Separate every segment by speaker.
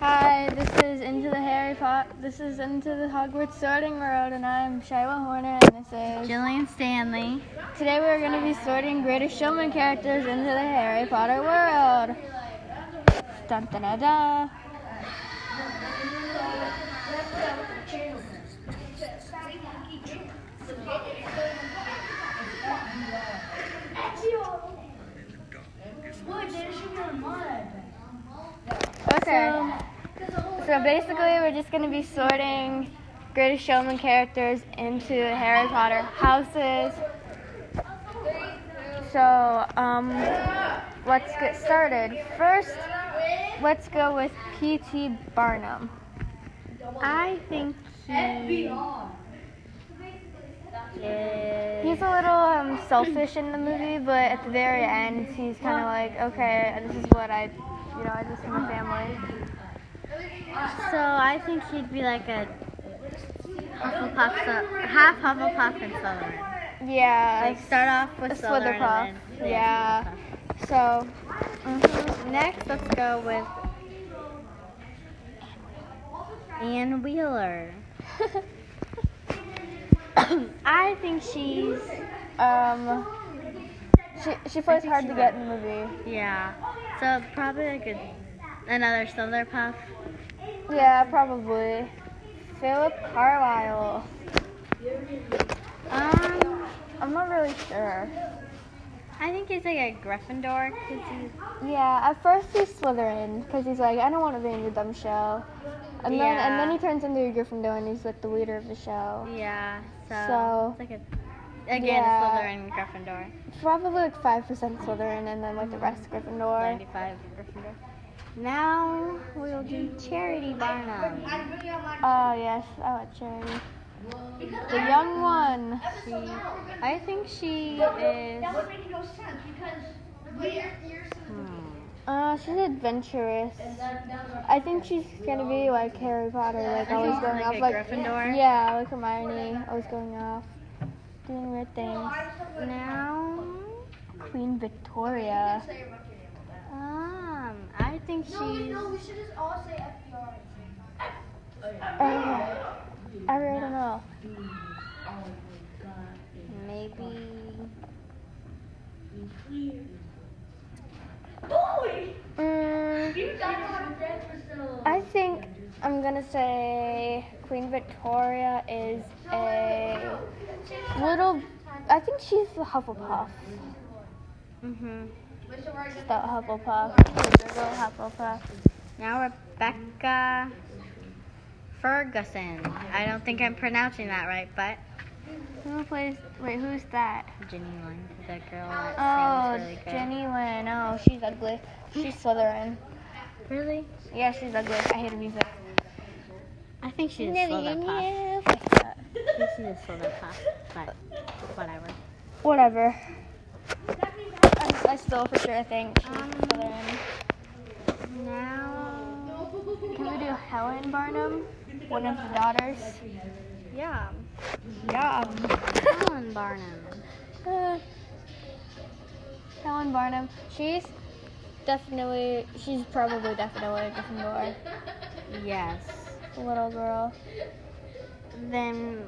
Speaker 1: This is Into the Harry Pot. This is Into the Hogwarts Sorting Road, and I'm Shiloh Horner, and this is.
Speaker 2: Jillian Stanley.
Speaker 1: Today we're going to be sorting Greatest Showman characters into the Harry Potter world. Dun dun dun dun. Okay. So basically, we're just going to be sorting Greatest Showman characters into Harry Potter houses. So, um, let's get started. First, let's go with P.T. Barnum.
Speaker 2: I think he is.
Speaker 1: He's a little um, selfish in the movie, but at the very end, he's kind of like, okay, this is what I, you know, I just for my family.
Speaker 2: So I think he'd be like a Hufflepuff, Slyth- half Hufflepuff and Slytherin.
Speaker 1: Yeah.
Speaker 2: Like start off with
Speaker 1: a
Speaker 2: Slytherin.
Speaker 1: Slytherpuff,
Speaker 2: and then-
Speaker 1: yeah. So, mhm. next, let's go with.
Speaker 2: Anne Wheeler.
Speaker 1: I think she's. Um, she, she plays
Speaker 2: think
Speaker 1: hard
Speaker 2: she
Speaker 1: to
Speaker 2: would.
Speaker 1: get in the movie.
Speaker 2: Yeah. So probably like a, another Slytherpuff.
Speaker 1: Yeah, probably. Philip Carlisle.
Speaker 2: Um,
Speaker 1: I'm not really sure.
Speaker 2: I think he's like a Gryffindor because he's
Speaker 1: Yeah, at first he's Slytherin because he's like, I don't want to be in the dumb show. And then and then
Speaker 2: Yeah.
Speaker 1: he turns into a Gryffindor and he's like the leader of the show.
Speaker 2: yeah. So,
Speaker 1: So-
Speaker 2: it's like a again
Speaker 1: Yeah.
Speaker 2: a Slytherin Gryffindor.
Speaker 1: Probably like five percent Slytherin and then like the rest Gryffindor.
Speaker 2: 95 Gryffindor. Now we'll do Charity Barnum.
Speaker 1: Oh yes, I like Charity. The young one.
Speaker 2: She, I think she is. Hmm.
Speaker 1: Uh, she's adventurous. I think she's gonna be like Harry Potter, like
Speaker 2: think
Speaker 1: always
Speaker 2: she's
Speaker 1: going
Speaker 2: like
Speaker 1: off,
Speaker 2: a
Speaker 1: like
Speaker 2: Gryffindor?
Speaker 1: yeah, like Hermione, always going off, doing weird things.
Speaker 2: Now,
Speaker 1: Queen Victoria.
Speaker 2: um, I think she's.
Speaker 1: Uh, I really don't know.
Speaker 2: Maybe.
Speaker 1: Mm, I think I'm gonna say Queen Victoria is a little. I think she's the Hufflepuff.
Speaker 2: Mm-hmm.
Speaker 1: She's the Hufflepuff. She's a little Hufflepuff.
Speaker 2: Now Rebecca Ferguson. I don't think I'm pronouncing that right, but
Speaker 1: Who plays? Wait, who's that?
Speaker 2: Jenny Lynn, the girl that
Speaker 1: Oh,
Speaker 2: sings really good.
Speaker 1: Jenny Lynn. Oh, she's ugly. She's Slytherin.
Speaker 2: Really?
Speaker 1: Yeah, she's ugly. I hate her music.
Speaker 2: I think she's a Slytherin.
Speaker 1: Whatever.
Speaker 2: I think she's a Slytherin, but whatever.
Speaker 1: I, I still for sure think she's
Speaker 2: Um,
Speaker 1: Slytherin.
Speaker 2: Now,
Speaker 1: Can we do Helen Barnum, one of the daughters?
Speaker 2: yeah,
Speaker 1: Yeah.
Speaker 2: Helen Barnum.
Speaker 1: Uh, Helen Barnum. She's definitely. She's probably definitely a Gryffindor.
Speaker 2: Yes.
Speaker 1: The little girl.
Speaker 2: Then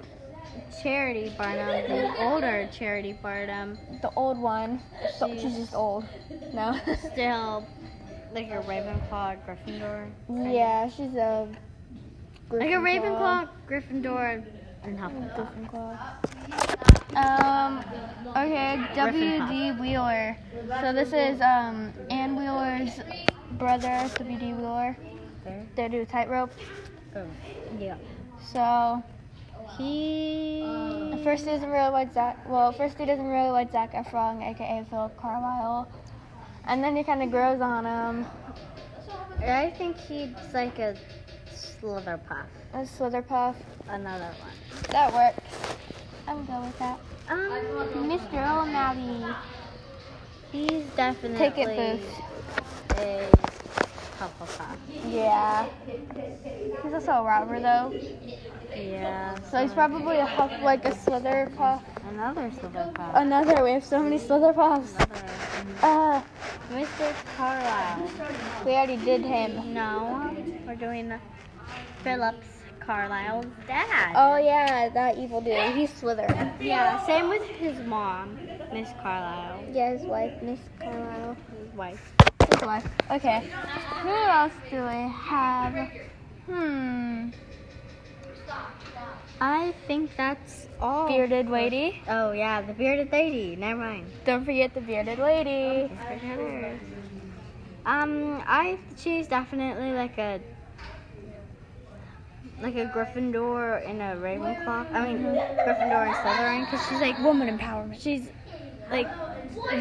Speaker 2: Charity Barnum, the older Charity um, Barnum,
Speaker 1: The old one. So- She's,
Speaker 2: She's-
Speaker 1: just old. No.
Speaker 2: still like a Ravenclaw, Gryffindor.
Speaker 1: yeah, she's a.
Speaker 2: Like a
Speaker 1: Gryffindor.
Speaker 2: Ravenclaw, Gryffindor, and Hufflepuff.
Speaker 1: Gryffindor. Um. Okay, W. D. Wheeler. So this is um Ann Wheeler's brother, W. D. Wheeler. They do tightrope.
Speaker 2: Oh, yeah.
Speaker 1: So
Speaker 2: He.
Speaker 1: at first he doesn't really like Zach. Well, at first he doesn't really like Zac Efron, aka Philip Carlisle, and then he kind of grows on him.
Speaker 2: I think he's like a Slytherpuff.
Speaker 1: A Slitherpuff.
Speaker 2: Another one.
Speaker 1: That works. I would go with that.
Speaker 2: Um,
Speaker 1: Mr. O'Malley.
Speaker 2: he's definitely
Speaker 1: Ticket booth.
Speaker 2: a Hufflepuff.
Speaker 1: Yeah. He's also a robber though,
Speaker 2: Yeah.
Speaker 1: so he's probably a huff like a Slitherpuff.
Speaker 2: another Slytherpuff.
Speaker 1: Another. We have so many Slitherpuffs.
Speaker 2: Another.
Speaker 1: Uh,
Speaker 2: Mr. Carlisle.
Speaker 1: We already did him.
Speaker 2: No, we're doing Phillips Carlisle's dad.
Speaker 1: Oh yeah, that evil dude. He's Slytherin.
Speaker 2: Yeah, same with his mom, Miss Carlisle,
Speaker 1: Yeah, his wife, Miss Carlisle.
Speaker 2: his wife.
Speaker 1: His wife. Okay. Who else do I have? Hmm.
Speaker 2: I think that's all.
Speaker 1: Bearded lady.
Speaker 2: Oh yeah, the bearded lady. Never mind.
Speaker 1: Don't forget the bearded lady.
Speaker 2: Um, I she's definitely like a like a Gryffindor and a Ravenclaw. I mean, Gryffindor and Slytherin, because she's like
Speaker 1: Woman empowerment.
Speaker 2: she's like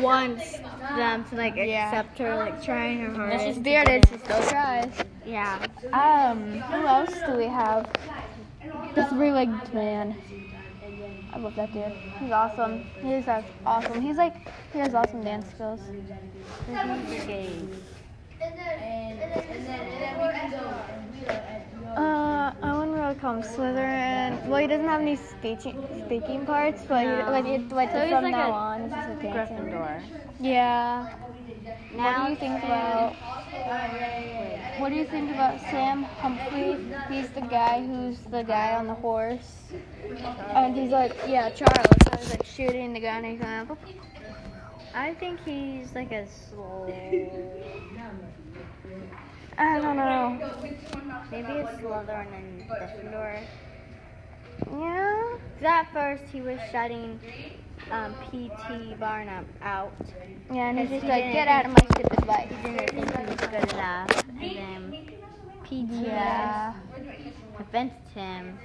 Speaker 2: wants them to like
Speaker 1: Yeah.
Speaker 2: accept her, like trying her
Speaker 1: And
Speaker 2: hardest.
Speaker 1: she's
Speaker 2: to
Speaker 1: bearded.
Speaker 2: get
Speaker 1: She still tries.
Speaker 2: it. Yeah.
Speaker 1: Um, who else do we have? This three-legged man. I love that dude. He's awesome. He's uh, awesome. He's like he has awesome dance skills.
Speaker 2: Okay.
Speaker 1: Uh, I wouldn't really call him Slytherin. Well, he doesn't have any speaking speaking parts, but
Speaker 2: No.
Speaker 1: he, like it, like
Speaker 2: So he's
Speaker 1: from
Speaker 2: like
Speaker 1: now
Speaker 2: a
Speaker 1: on, it's just a dancing.
Speaker 2: Gryffindor.
Speaker 1: Yeah. What
Speaker 2: Now
Speaker 1: do you think about? What do you think about Sam Humphrey? He's the guy who's the guy on the horse, and he's like, yeah, Charles. I was like shooting the guy, and he's going, "Boop."
Speaker 2: I think he's like a slow,
Speaker 1: I don't know.
Speaker 2: maybe a Slytherin and Gryffindor.
Speaker 1: Yeah.
Speaker 2: 'Cause at first he was shutting um, P.T. Barnum out.
Speaker 1: Yeah, and he's
Speaker 2: Yes,
Speaker 1: just
Speaker 2: he
Speaker 1: like,
Speaker 2: did.
Speaker 1: get out of my stupid
Speaker 2: He
Speaker 1: life.
Speaker 2: didn't think he was good enough, and then P.T.
Speaker 1: Yeah.
Speaker 2: convinced him.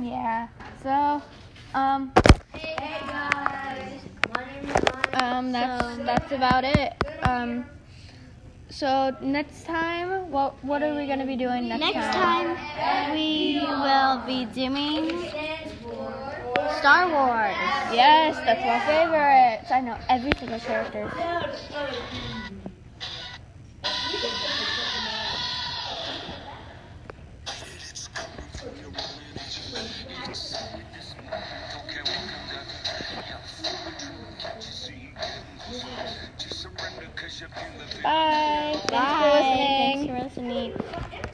Speaker 1: Yeah. So, um, um, that's that's about it. Um, so next time, what what are we gonna be doing next,
Speaker 2: Next time we will be doing Star Wars.
Speaker 1: Yes, that's my favorite. I know every single character. Bye. Thanks for
Speaker 2: Bye.
Speaker 1: listening.